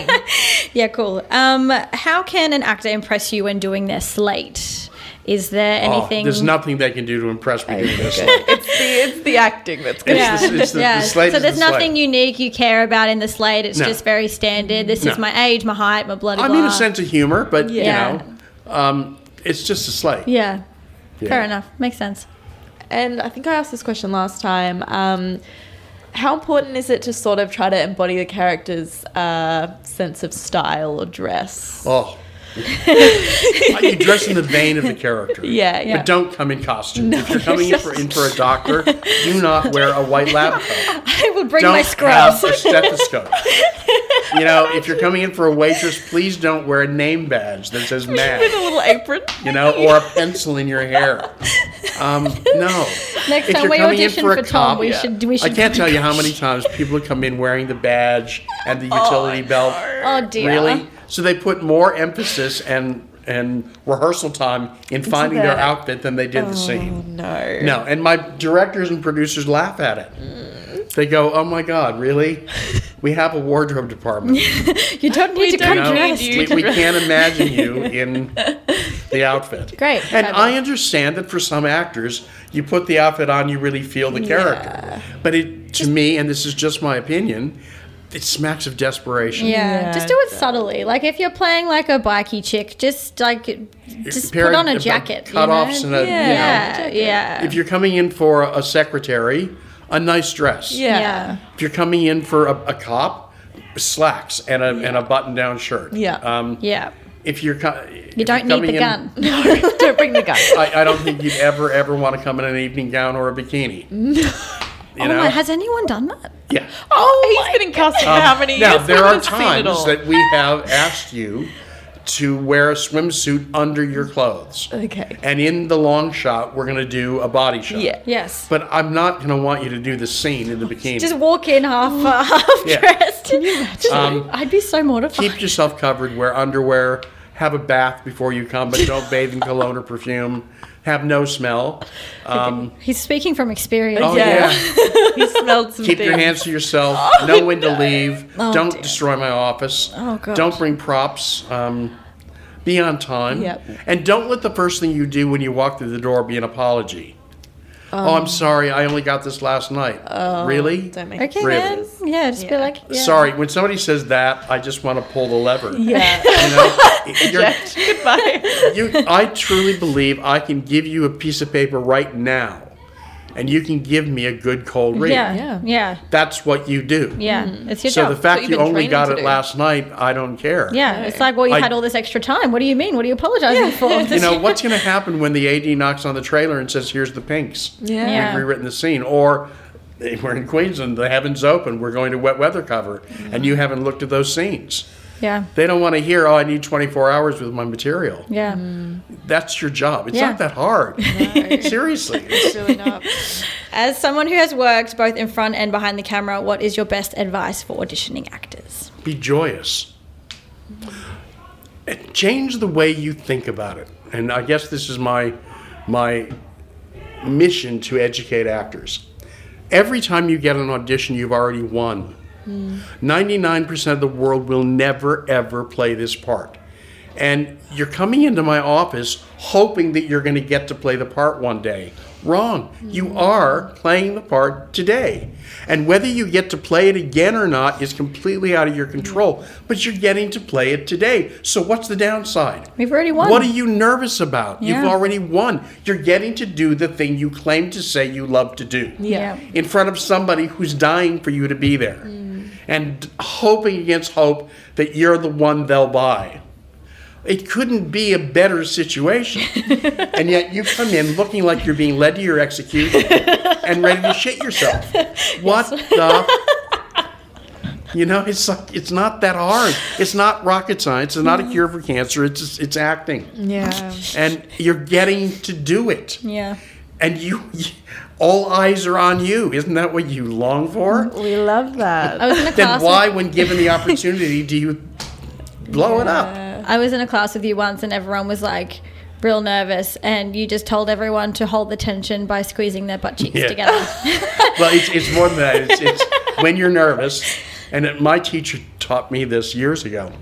Speaker 2: yeah. Cool. Um, how can an actor impress you when doing their slate? Is there
Speaker 4: oh,
Speaker 2: anything?
Speaker 4: there's nothing they can do to impress me doing this.
Speaker 5: It's the it's the acting that's good.
Speaker 4: It's the- it's the- the slate
Speaker 2: so
Speaker 4: is
Speaker 2: there's
Speaker 4: the slate.
Speaker 2: nothing unique you care about in the slate. It's
Speaker 4: No.
Speaker 2: just very standard. This is
Speaker 4: No.
Speaker 2: my age, my height, my bloody.
Speaker 4: I mean a sense of humor, but
Speaker 2: Yeah.
Speaker 4: you know, um, it's just a slight.
Speaker 2: Yeah.
Speaker 4: Yeah.
Speaker 2: fair enough. Makes sense.
Speaker 5: And I think I asked this question last time. Um, how important is it to sort of try to embody the character's uh, sense of style or dress?
Speaker 4: Oh. you dress in the vein of the character.
Speaker 5: Yeah, yeah.
Speaker 4: But don't come in costume. if you're coming in for, in for a doctor, do not wear a white lab coat.
Speaker 2: I will bring
Speaker 4: don't
Speaker 2: my scrubs.
Speaker 4: have a stethoscope. you know, if you're coming in for a waitress, please don't wear a name badge that says
Speaker 5: With a
Speaker 4: "man."
Speaker 5: little apron.
Speaker 4: You know, or a pencil in your hair. Um, no.
Speaker 2: Next
Speaker 4: If
Speaker 2: time
Speaker 4: you're
Speaker 2: we
Speaker 4: coming in
Speaker 2: audition
Speaker 4: for
Speaker 2: for,
Speaker 4: a
Speaker 2: Tom,
Speaker 4: cop-
Speaker 2: we
Speaker 4: yeah.
Speaker 2: should we
Speaker 4: I
Speaker 2: should.
Speaker 4: can't tell you how many times people come in wearing the badge and the utility belt.
Speaker 2: Oh dear.
Speaker 4: Really? So they put more emphasis and and rehearsal time in finding their
Speaker 5: that.
Speaker 4: outfit than they did the scene.
Speaker 5: No.
Speaker 4: No, and my directors and producers laugh at it. They go, "Oh my God, really? We have a wardrobe department. You
Speaker 2: You don't need to
Speaker 5: don't
Speaker 2: come
Speaker 4: know?
Speaker 2: dressed.
Speaker 5: you
Speaker 4: we, we can't imagine you in the outfit."
Speaker 2: Great,
Speaker 4: And I
Speaker 2: fabulous.
Speaker 4: understand that for some actors, you put the outfit on, you really feel the character. But it, to me, and this is just my opinion, it smacks of desperation.
Speaker 2: Yeah,
Speaker 5: Yeah,
Speaker 2: just do it subtly. Like if you're playing like a bikey chick, just like just
Speaker 4: Pair
Speaker 2: put on
Speaker 4: of-
Speaker 2: a
Speaker 4: of
Speaker 2: jacket. you know?
Speaker 4: cutoffs and a- you know.
Speaker 2: yeah, yeah,
Speaker 4: If you're coming in for a secretary, a nice dress.
Speaker 5: Yeah.
Speaker 2: Yeah.
Speaker 4: If you're coming in for a, a cop, slacks and a, and a button-down shirt.
Speaker 5: Yeah.
Speaker 4: Um,
Speaker 2: yeah.
Speaker 4: If you're, co-
Speaker 2: You don't need the gun.
Speaker 5: Don't bring the gun.
Speaker 4: I, I don't think you'd ever ever want to come in an evening gown or a bikini. No. You
Speaker 2: oh
Speaker 4: know?
Speaker 2: my, has anyone done that?
Speaker 4: yeah.
Speaker 5: Oh, he's been in custody for how many
Speaker 4: Um, now
Speaker 5: years?
Speaker 4: there
Speaker 5: We've
Speaker 4: are
Speaker 5: never seen it all.
Speaker 4: times that we have asked you to wear a swimsuit under your clothes.
Speaker 2: Oh,
Speaker 5: Okay.
Speaker 4: And in the long shot, we're going to do a body shot.
Speaker 5: Yeah.
Speaker 2: Yes.
Speaker 4: But I'm not going to want you to do the scene in the bikini.
Speaker 2: Just walk in half uh, half
Speaker 4: Yeah.
Speaker 2: dressed. Can you imagine?
Speaker 4: Um,
Speaker 2: I'd be so mortified.
Speaker 4: keep yourself covered. Wear underwear. Have a bath before you come, but don't bathe in cologne or perfume. Have no smell. Um,
Speaker 2: He's speaking from experience.
Speaker 4: oh
Speaker 5: Yeah.
Speaker 4: yeah.
Speaker 5: He smelled some
Speaker 4: Keep your
Speaker 5: things.
Speaker 4: hands to yourself.
Speaker 2: Oh,
Speaker 4: know when to leave. don't
Speaker 2: dear.
Speaker 4: destroy my office.
Speaker 2: Oh, God.
Speaker 4: Don't bring props. Um, be on time.
Speaker 5: Yep.
Speaker 4: And don't let the first thing you do when you walk through the door be an apology. oh,
Speaker 2: Um,
Speaker 4: I'm sorry. I only got this last night. really?
Speaker 5: Oh, Don't make
Speaker 2: Okay,
Speaker 4: Really?
Speaker 2: man. Yeah, just be
Speaker 5: Yeah.
Speaker 2: like, oh, yeah.
Speaker 4: Sorry. When somebody says that, I just want to pull the lever.
Speaker 5: Yeah.
Speaker 4: You know, you're-
Speaker 5: Goodbye.
Speaker 4: you, I truly believe I can give you a piece of paper right now, and you can give me a good cold read.
Speaker 2: Yeah,
Speaker 5: Yeah.
Speaker 2: yeah, yeah.
Speaker 4: That's what you do.
Speaker 2: It's your
Speaker 4: So
Speaker 2: job.
Speaker 4: the fact
Speaker 5: you've
Speaker 4: you
Speaker 5: been
Speaker 4: only
Speaker 5: training
Speaker 4: got
Speaker 5: to
Speaker 4: it
Speaker 5: do.
Speaker 4: last night, I don't care.
Speaker 2: Yeah, it's like, well, you
Speaker 4: I-
Speaker 2: had all this extra time. What do you mean? What are you apologizing for?
Speaker 4: Oh, You know what's going to happen when the AD knocks on the trailer and says, "Here's the pinks.
Speaker 2: Yeah.
Speaker 4: We've rewritten the scene." Or "Hey, we're in Queensland, the heavens open, we're going to wet weather cover, and you haven't looked at those scenes.
Speaker 2: yeah,
Speaker 4: They don't want to hear, "Oh, I need 24 hours with my material."
Speaker 2: yeah.
Speaker 4: That's your job. It's
Speaker 2: Yeah.
Speaker 4: not that hard. Seriously. It's-
Speaker 2: As someone who has worked both in front and behind the camera, what is your best advice for auditioning actors?
Speaker 4: Be joyous. And change the way you think about it. And I guess this is my my mission to educate actors. Every time you get an audition, you've already won. 99% of the world will never ever play this part. And you're coming into my office hoping that you're going to get to play the part one day. Wrong. You are playing the part today. And whether you get to play it again or not is completely out of your control, but you're getting to play it today. So what's the downside?
Speaker 2: We've already won.
Speaker 4: What are you nervous about? You've
Speaker 2: Yeah.
Speaker 4: already won. You're getting to do the thing you claim to say you love to do
Speaker 5: Yeah.
Speaker 2: Yeah.
Speaker 4: in front of somebody who's dying for you to be there and hoping against hope that you're the one they'll buy. It couldn't be a better situation. and yet you come in looking like you're being led to your execution and ready to shit yourself. What the? You know, it's like, it's not that hard. It's not rocket science. It's not a cure for cancer. It's it's acting,
Speaker 5: Yeah.
Speaker 4: and you're getting to do it
Speaker 2: Yeah.
Speaker 4: and you, all eyes are on you. Isn't that what you long for?
Speaker 5: We love that.
Speaker 2: I was in a
Speaker 4: Then
Speaker 2: class. with-
Speaker 4: why, when given the opportunity, do you blow it up?
Speaker 2: I was in a class with you once, and everyone was like real nervous, and you just told everyone to hold the tension by squeezing their butt cheeks
Speaker 4: Yeah.
Speaker 2: together.
Speaker 4: Well, it's, it's more than that. It's, it's when you're nervous, and it, my teacher taught me this years ago.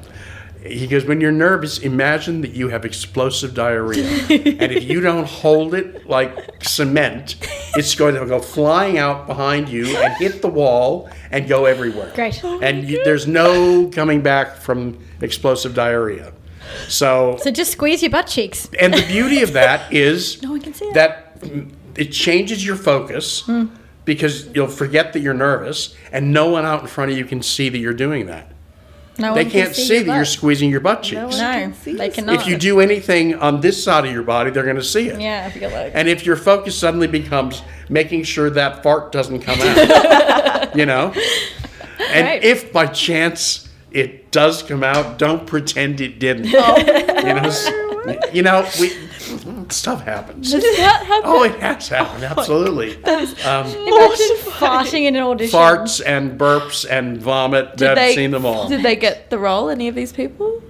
Speaker 4: He goes, when you're nervous, imagine that you have explosive diarrhea, and if you don't hold it like cement, it's going to go flying out behind you and hit the wall and go everywhere.
Speaker 2: Great.
Speaker 4: and you, there's no coming back from explosive diarrhea. So,
Speaker 2: so just squeeze your butt cheeks.
Speaker 4: and the beauty of that is
Speaker 2: No one can see it. Hmm.
Speaker 4: that it changes your focus because you'll forget that you're nervous, and no one out in front of you can see that you're doing that.
Speaker 2: No
Speaker 4: They
Speaker 2: one can
Speaker 4: can't see,
Speaker 2: your
Speaker 4: that you're
Speaker 2: butt.
Speaker 4: squeezing your butt cheeks.
Speaker 2: No,
Speaker 5: see
Speaker 2: they
Speaker 5: us.
Speaker 2: cannot.
Speaker 4: If you do anything on this side of your body, they're going to see it.
Speaker 2: yeah, if you look.
Speaker 4: And if your focus suddenly becomes making sure that fart doesn't come out, you know? And
Speaker 2: Right.
Speaker 4: if by chance it does come out, don't pretend it didn't. you know, s- you know we, stuff happens. Oh, it has happened, absolutely. Um,
Speaker 2: Imagine farting in an audition.
Speaker 4: farts and burps and vomit, I've seen them all.
Speaker 5: Did they get the role? Any of these people?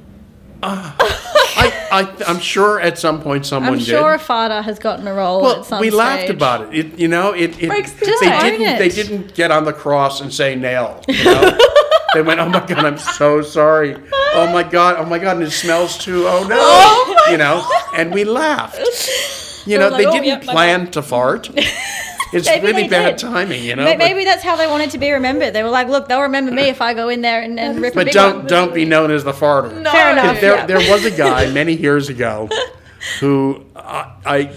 Speaker 4: I, I, I'm sure at some point someone
Speaker 2: I'm
Speaker 4: did.
Speaker 2: sure a farter has gotten a role
Speaker 4: Well,
Speaker 2: at some
Speaker 4: we
Speaker 2: stage.
Speaker 4: laughed about it. it you know, it, it
Speaker 5: Breaks the
Speaker 4: they
Speaker 5: ice.
Speaker 4: didn't
Speaker 2: Own it.
Speaker 4: they didn't get on the cross and say nail. You know? they went, oh my god, I'm so sorry. Oh my god, oh my god, and it smells too. Oh no, you know, and we laughed. You know,
Speaker 2: We're
Speaker 4: they
Speaker 2: like, "Oh,
Speaker 4: didn't
Speaker 2: yep, my
Speaker 4: plan to fart. It's
Speaker 2: Maybe
Speaker 4: really
Speaker 2: they
Speaker 4: bad
Speaker 2: did.
Speaker 4: timing, you know.
Speaker 2: May-
Speaker 4: but-
Speaker 2: Maybe that's how they wanted to be remembered. They were like, "Look, they'll remember me if I go in there and, and rip a
Speaker 4: but
Speaker 2: big
Speaker 4: don't
Speaker 2: one."
Speaker 4: don't be known as the farter.
Speaker 2: Fair
Speaker 5: No.
Speaker 2: enough.
Speaker 4: there,
Speaker 2: yeah.
Speaker 4: there was a guy many years ago who I, I,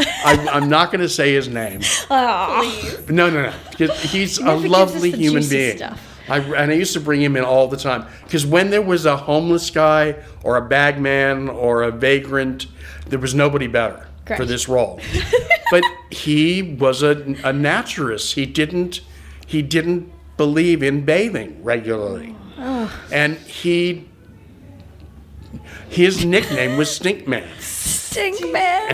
Speaker 4: I I'm not going to say his name.
Speaker 2: Oh,
Speaker 4: No, no, no. 'Cause He's a
Speaker 2: never gives
Speaker 4: lovely
Speaker 2: us the
Speaker 4: human
Speaker 2: juicy
Speaker 4: being.
Speaker 2: stuff.
Speaker 4: I, and I used to bring him in all the time because when there was a homeless guy or a bagman or a vagrant, there was nobody better for
Speaker 2: Great.
Speaker 4: this role. but he was a, a naturist. He didn't he didn't believe in bathing regularly,
Speaker 2: Oh.
Speaker 4: and he his nickname was Stink Man.
Speaker 2: Stink man.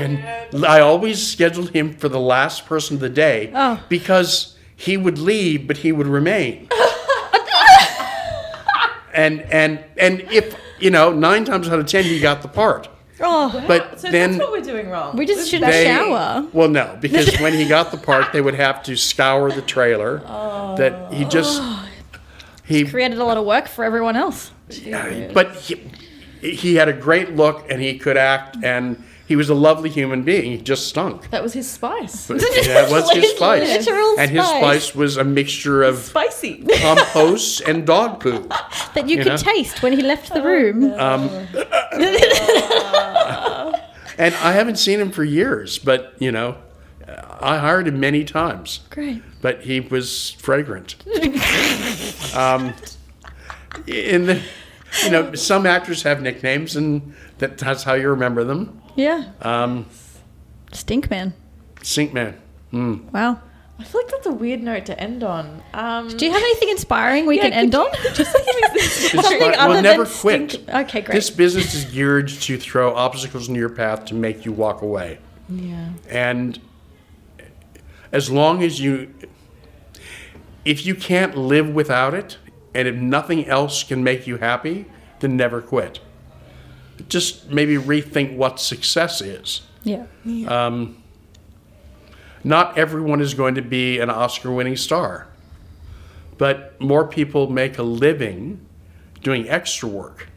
Speaker 4: And I always scheduled him for the last person of the day
Speaker 2: Oh.
Speaker 4: because he would leave, but he would remain. and and and if you know, nine times out of ten, he got the part.
Speaker 2: Oh,
Speaker 4: But
Speaker 5: So
Speaker 4: then
Speaker 5: that's what we're doing wrong.
Speaker 2: we just should
Speaker 4: they
Speaker 2: shower.
Speaker 4: well, no, because when he got the part, they would have to scour the trailer. That he just he
Speaker 2: Created a lot of work for everyone else.
Speaker 4: Uh, but he, he had a great look and he could act and he was a lovely human being. He just stunk.
Speaker 5: that was his spice.
Speaker 4: that was his
Speaker 2: Like
Speaker 4: spice.
Speaker 2: literal
Speaker 4: and his
Speaker 2: spice.
Speaker 4: spice was a mixture of
Speaker 5: Spicy.
Speaker 4: compost and dog poo.
Speaker 2: That you,
Speaker 4: you
Speaker 2: could
Speaker 4: know?
Speaker 2: taste when he left the room.
Speaker 4: And I haven't seen him for years, but you know, I hired him many times.
Speaker 2: Great.
Speaker 4: But he was fragrant. um, in the, you know, some actors have nicknames, and that, that's how you remember them.
Speaker 2: Yeah.
Speaker 4: Um,
Speaker 2: Stink man.
Speaker 4: Sink man.
Speaker 2: Wow.
Speaker 5: I feel like that's a weird note to end on. Um,
Speaker 2: Do you have anything inspiring we can end on?
Speaker 5: Just like an example.
Speaker 2: Something
Speaker 4: Inspire-
Speaker 2: other
Speaker 4: well, never
Speaker 2: than
Speaker 4: quit.
Speaker 2: stink- Okay, great.
Speaker 4: This business is geared to throw obstacles into your path to make you walk away.
Speaker 5: yeah.
Speaker 4: And as long as you, if you can't live without it, And if nothing else can make you happy, then never quit. Just maybe rethink what success is.
Speaker 2: Yeah.
Speaker 4: Not everyone is going to be an Oscar winning star, but more people make a living doing extra work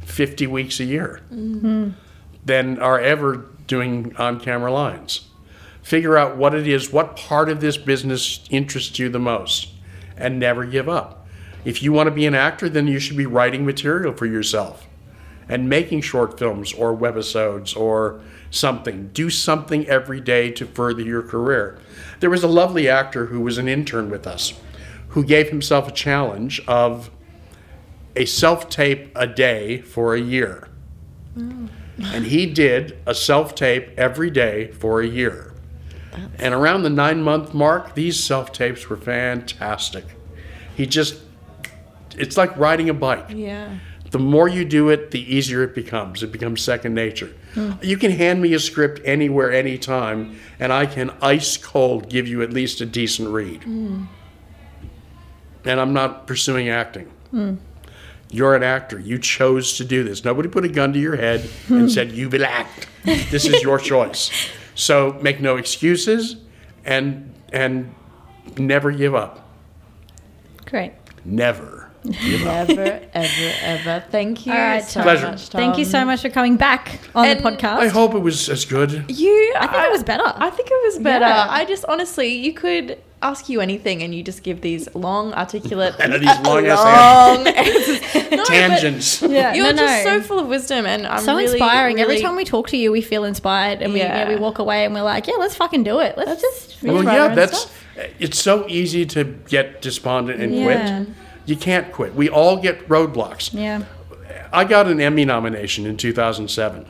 Speaker 4: 50 weeks a year than are ever doing on camera lines. Figure out what it is, what part of this business interests you the most, and never give up. If you want to be an actor, then you should be writing material for yourself and making short films or webisodes or something. Do something every day to further your career. There was a lovely actor who was an intern with us who gave himself a challenge of a self tape a day for a year. And he did a self tape every day for a year. And around the nine month mark, these self tapes were fantastic. He just, it's like riding a bike
Speaker 5: Yeah.
Speaker 4: the more you do it, the easier it becomes. It becomes second nature. You can hand me a script anywhere, anytime, and I can ice cold give you at least a decent read. And I'm not pursuing acting. You're an actor. You chose to do this. Nobody put a gun to your head and said, You will act. This is your choice. So make no excuses and, and never give up.
Speaker 2: Great.
Speaker 4: Never.
Speaker 5: Ever, ever, ever. Thank you
Speaker 2: All right,
Speaker 5: so
Speaker 4: Pleasure.
Speaker 5: much, Tom.
Speaker 2: Thank you so much for coming back on
Speaker 5: And
Speaker 2: the podcast.
Speaker 4: I hope it was as good.
Speaker 5: You,
Speaker 2: I think it was better.
Speaker 5: I think it was better.
Speaker 2: Yeah.
Speaker 5: I just honestly, you could ask you anything, and you just give these long, articulate,
Speaker 4: And these long-ass
Speaker 5: long answers. No, but
Speaker 4: Tangents.
Speaker 2: yeah,
Speaker 5: You're
Speaker 2: no, no.
Speaker 5: just so full of wisdom, and I'm
Speaker 2: so
Speaker 5: really,
Speaker 2: inspiring. Every
Speaker 5: really-
Speaker 2: time we talk to you, we feel inspired, and we
Speaker 5: Yeah.
Speaker 2: yeah, we walk away and we're like, yeah, let's fucking do it. Let's just
Speaker 4: Well,
Speaker 2: try our
Speaker 4: yeah,
Speaker 2: own
Speaker 4: that's
Speaker 2: stuff.
Speaker 4: it's so easy to get despondent and
Speaker 2: Yeah.
Speaker 4: quit. You can't quit. We all get roadblocks.
Speaker 2: yeah.
Speaker 4: I got an Emmy nomination in 2007.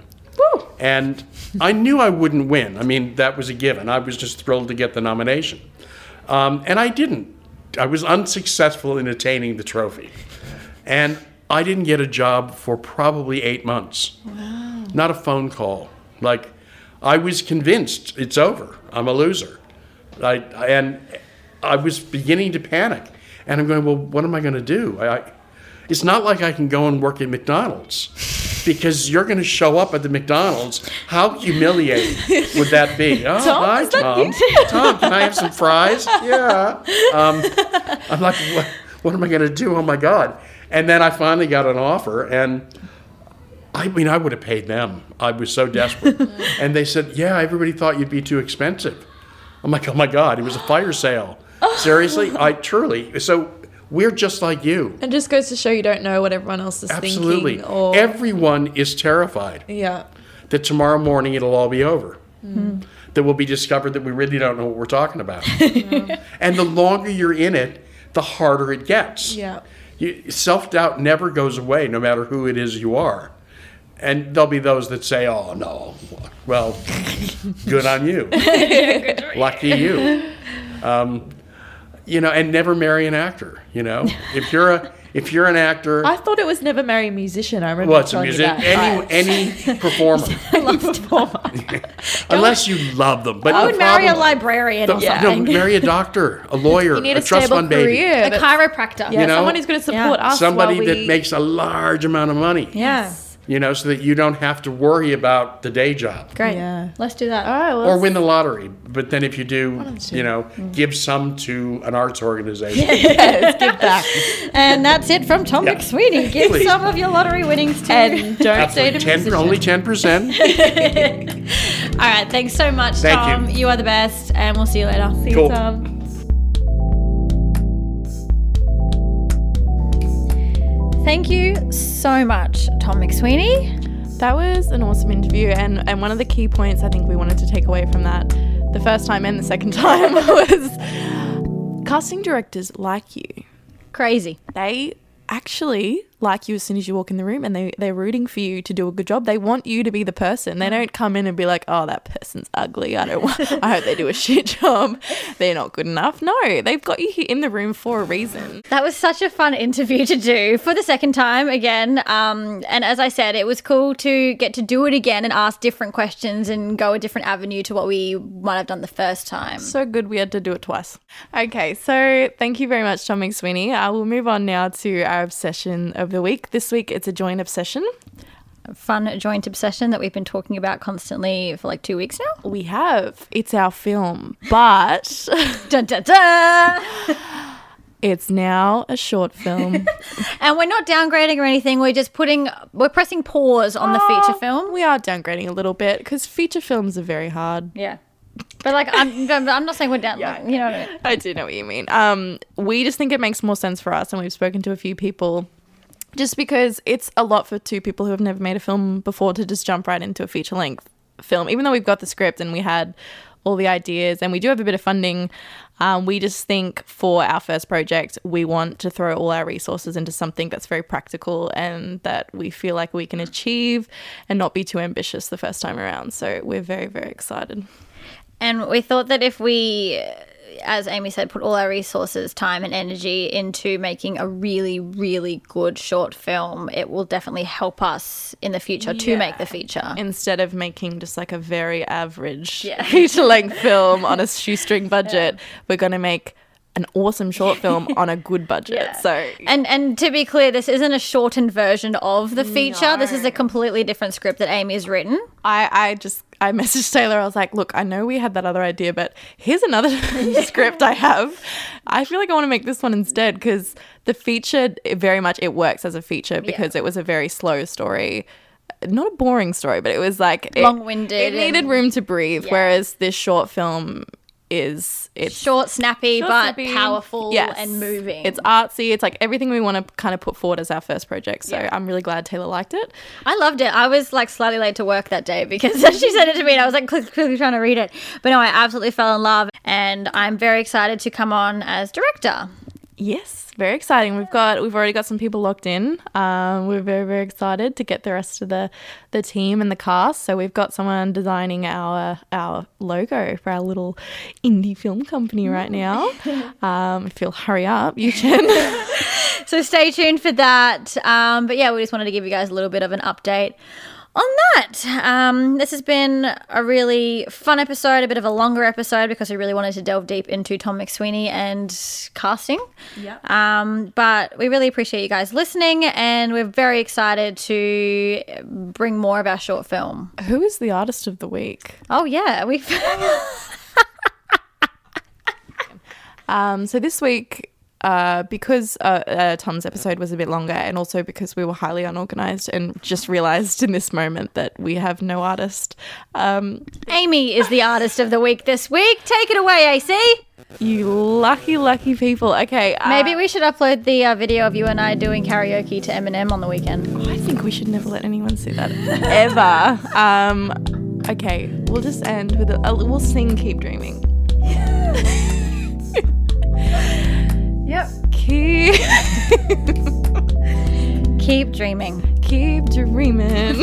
Speaker 5: Woo.
Speaker 4: And I knew I wouldn't win. I mean, that was a given. I was just thrilled to get the nomination. Um, and I didn't. I was unsuccessful in attaining the trophy. And I didn't get a job for probably eight months. Wow. Not a phone call. Like, I was convinced it's over. I'm a loser. I, and I was beginning to panic. And I'm going, well, what am I going to do? I, I, it's not like I can go and work at McDonald's because you're going to show up at the McDonald's. How humiliating would that be? Oh,
Speaker 5: Tom,
Speaker 4: hi,
Speaker 5: is that
Speaker 4: Tom. Tom, can I have some fries? Yeah. Um, I'm like, what, what am I going to do? Oh my God. And then I finally got an offer, and I mean, I would have paid them. I was so desperate. and they said, yeah, everybody thought you'd be too expensive. I'm like, oh my God, it was a fire sale. Seriously? I truly. So we're just like you.
Speaker 5: It just goes to show you don't know what everyone else is
Speaker 4: Absolutely.
Speaker 5: thinking. Or
Speaker 4: Everyone is terrified
Speaker 5: yeah,
Speaker 4: that tomorrow morning it'll all be over.
Speaker 5: Hmm.
Speaker 4: That we'll be discovered that we really don't know what we're talking about. and the longer you're in it, the harder it gets.
Speaker 5: Yeah.
Speaker 4: Self doubt never goes away, no matter who it is you are. And there'll be those that say, oh, no, well, good on you. Lucky you. Um, you know, and never marry an actor. You know, if you're a if you're an actor,
Speaker 5: I thought it was never marry a musician. I remember
Speaker 4: well, it's a
Speaker 5: telling
Speaker 4: music.
Speaker 5: you that.
Speaker 4: Any any performer, unless you love them. But
Speaker 2: I would marry a
Speaker 4: librarian.
Speaker 2: librarian or
Speaker 4: No,
Speaker 2: something.
Speaker 4: marry a doctor, a lawyer,
Speaker 5: you need a,
Speaker 4: a trust
Speaker 5: stable
Speaker 4: fund baby,
Speaker 5: career.
Speaker 2: a
Speaker 5: but-
Speaker 2: chiropractor.
Speaker 5: yeah,
Speaker 4: know,
Speaker 5: someone who's going to support us.
Speaker 4: somebody
Speaker 5: while
Speaker 4: that
Speaker 5: we-
Speaker 4: makes a large amount of money.
Speaker 2: Yeah.
Speaker 4: You know, so that you don't have to worry about the day job
Speaker 2: Great.
Speaker 5: Yeah.
Speaker 2: Let's do that.
Speaker 5: All right, well,
Speaker 4: or win the lottery. But then if you do,
Speaker 5: the two.
Speaker 4: you know, give some to an arts organization.
Speaker 5: let's give back.
Speaker 2: And that's it from Tom
Speaker 4: Yeah.
Speaker 2: McSweeney. Give
Speaker 4: Please.
Speaker 2: some of your lottery winnings to.
Speaker 5: and don't date
Speaker 4: Absolutely.
Speaker 5: a
Speaker 4: Ten,
Speaker 5: musician.
Speaker 4: only ten percent.
Speaker 2: All right. Thanks so much,
Speaker 4: Thank you.
Speaker 2: Tom. You. are the best, and we'll see you later.
Speaker 5: See you,
Speaker 4: Cool.
Speaker 5: Tom.
Speaker 2: Thank you so much, Tom McSweeney.
Speaker 3: That was an awesome interview, and, and one of the key points I think we wanted to take away from that the first time and the second time was casting directors like you,
Speaker 2: Crazy.
Speaker 3: they actually
Speaker 6: like you as soon as you walk in the room and they, they're rooting for you to do a good job. They want you to be the person. They don't come in and be like, oh, that person's ugly. I don't want, I hope they do a shit job. They're not good enough. No, they've got you here in the room for a reason.
Speaker 2: That was such a fun interview to do for the second time again. Um, and as I said, it was cool to get to do it again and ask different questions and go a different avenue to what we might have done the first time.
Speaker 6: So good we had to do it twice. Okay, so thank you very much, Tom McSweeney. Uh, we'll move on now to our obsession of the week. This week it's a joint obsession.
Speaker 2: Fun joint obsession that we've been talking about constantly for like two weeks now.
Speaker 6: We have it's our film, but
Speaker 2: Dun, dun, dun.
Speaker 6: it's now a short film.
Speaker 2: And we're not downgrading or anything. We're just putting, we're pressing pause on the
Speaker 6: Ah.
Speaker 2: feature film.
Speaker 6: we are downgrading a little bit because feature films are very hard.
Speaker 2: Yeah. But like, I'm, I'm not saying we're down. You know what I mean?
Speaker 6: I do know what you mean. Um, we just think it makes more sense for us, and we've spoken to a few people. Just because it's a lot for two people who have never made a film before to just jump right into a feature length film, even though we've got the script and we had all the ideas and we do have a bit of funding. Um, we just think for our first project, we want to throw all our resources into something that's very practical and that we feel like we can achieve and not be too ambitious the first time around. So we're very, very excited.
Speaker 2: And we thought that if we, as Amy said, put all our resources, time, and energy into making a really, really good short film, it will definitely help us in the future to make the feature.
Speaker 6: instead of making just like a very average feature length film on a shoestring budget, we're going to make an awesome short film on a good budget. So
Speaker 2: And and to be clear, this isn't a shortened version of the feature. This is a completely different script that Amy has written.
Speaker 6: I, I just. I messaged Taylor. I was like, "Look, I know we had that other idea, but here's another script I have. I feel like I want to make this one instead because the feature it very much it works as a feature because it was a very slow story, not a boring story, but it was like it-
Speaker 2: Long-winded
Speaker 6: It needed
Speaker 2: and-
Speaker 6: room to breathe. Whereas this short film is it's
Speaker 2: Short, snappy, but
Speaker 6: snappy.
Speaker 2: powerful
Speaker 6: Yes.
Speaker 2: and moving.
Speaker 6: It's artsy. It's like everything we want to kind of put forward as our first project. So I'm really glad Taylor liked it.
Speaker 2: I loved it. I was like slightly late to work that day because she sent it to me and I was like quick- quickly trying to read it. But no, I absolutely fell in love and I'm very excited to come on as director.
Speaker 6: Yes, very exciting. We've got we've already got some people locked in. Um, we're very very excited to get the rest of the the team and the cast. So we've got someone designing our our logo for our little indie film company right now. Um, if you'll hurry up, you can.
Speaker 2: So stay tuned for that. Um, but yeah, we just wanted to give you guys a little bit of an update on that. Um, this has been a really fun episode, a bit of a longer episode because we really wanted to delve deep into Tom McSweeney and casting. Yeah. Um, but we really appreciate you guys listening, and we're very excited to bring more of our short film.
Speaker 6: Who is the artist of the week?
Speaker 2: Oh yeah, we.
Speaker 6: Um, so this week, uh, because uh, uh, Tom's episode was a bit longer, and also because we were highly unorganized and just realized in this moment that we have no artist, um,
Speaker 2: Amy is the artist of the week this week. Take it away, AC.
Speaker 6: you lucky, lucky people. Okay, uh,
Speaker 2: Maybe we should upload the uh, video of you and I doing karaoke to Eminem on the weekend.
Speaker 6: I think we should never let anyone see that ever. Um, okay, we'll just end with a, a we'll sing "Keep Dreaming."
Speaker 2: Yep.
Speaker 6: Keep,
Speaker 2: Keep dreaming.
Speaker 6: keep dreaming.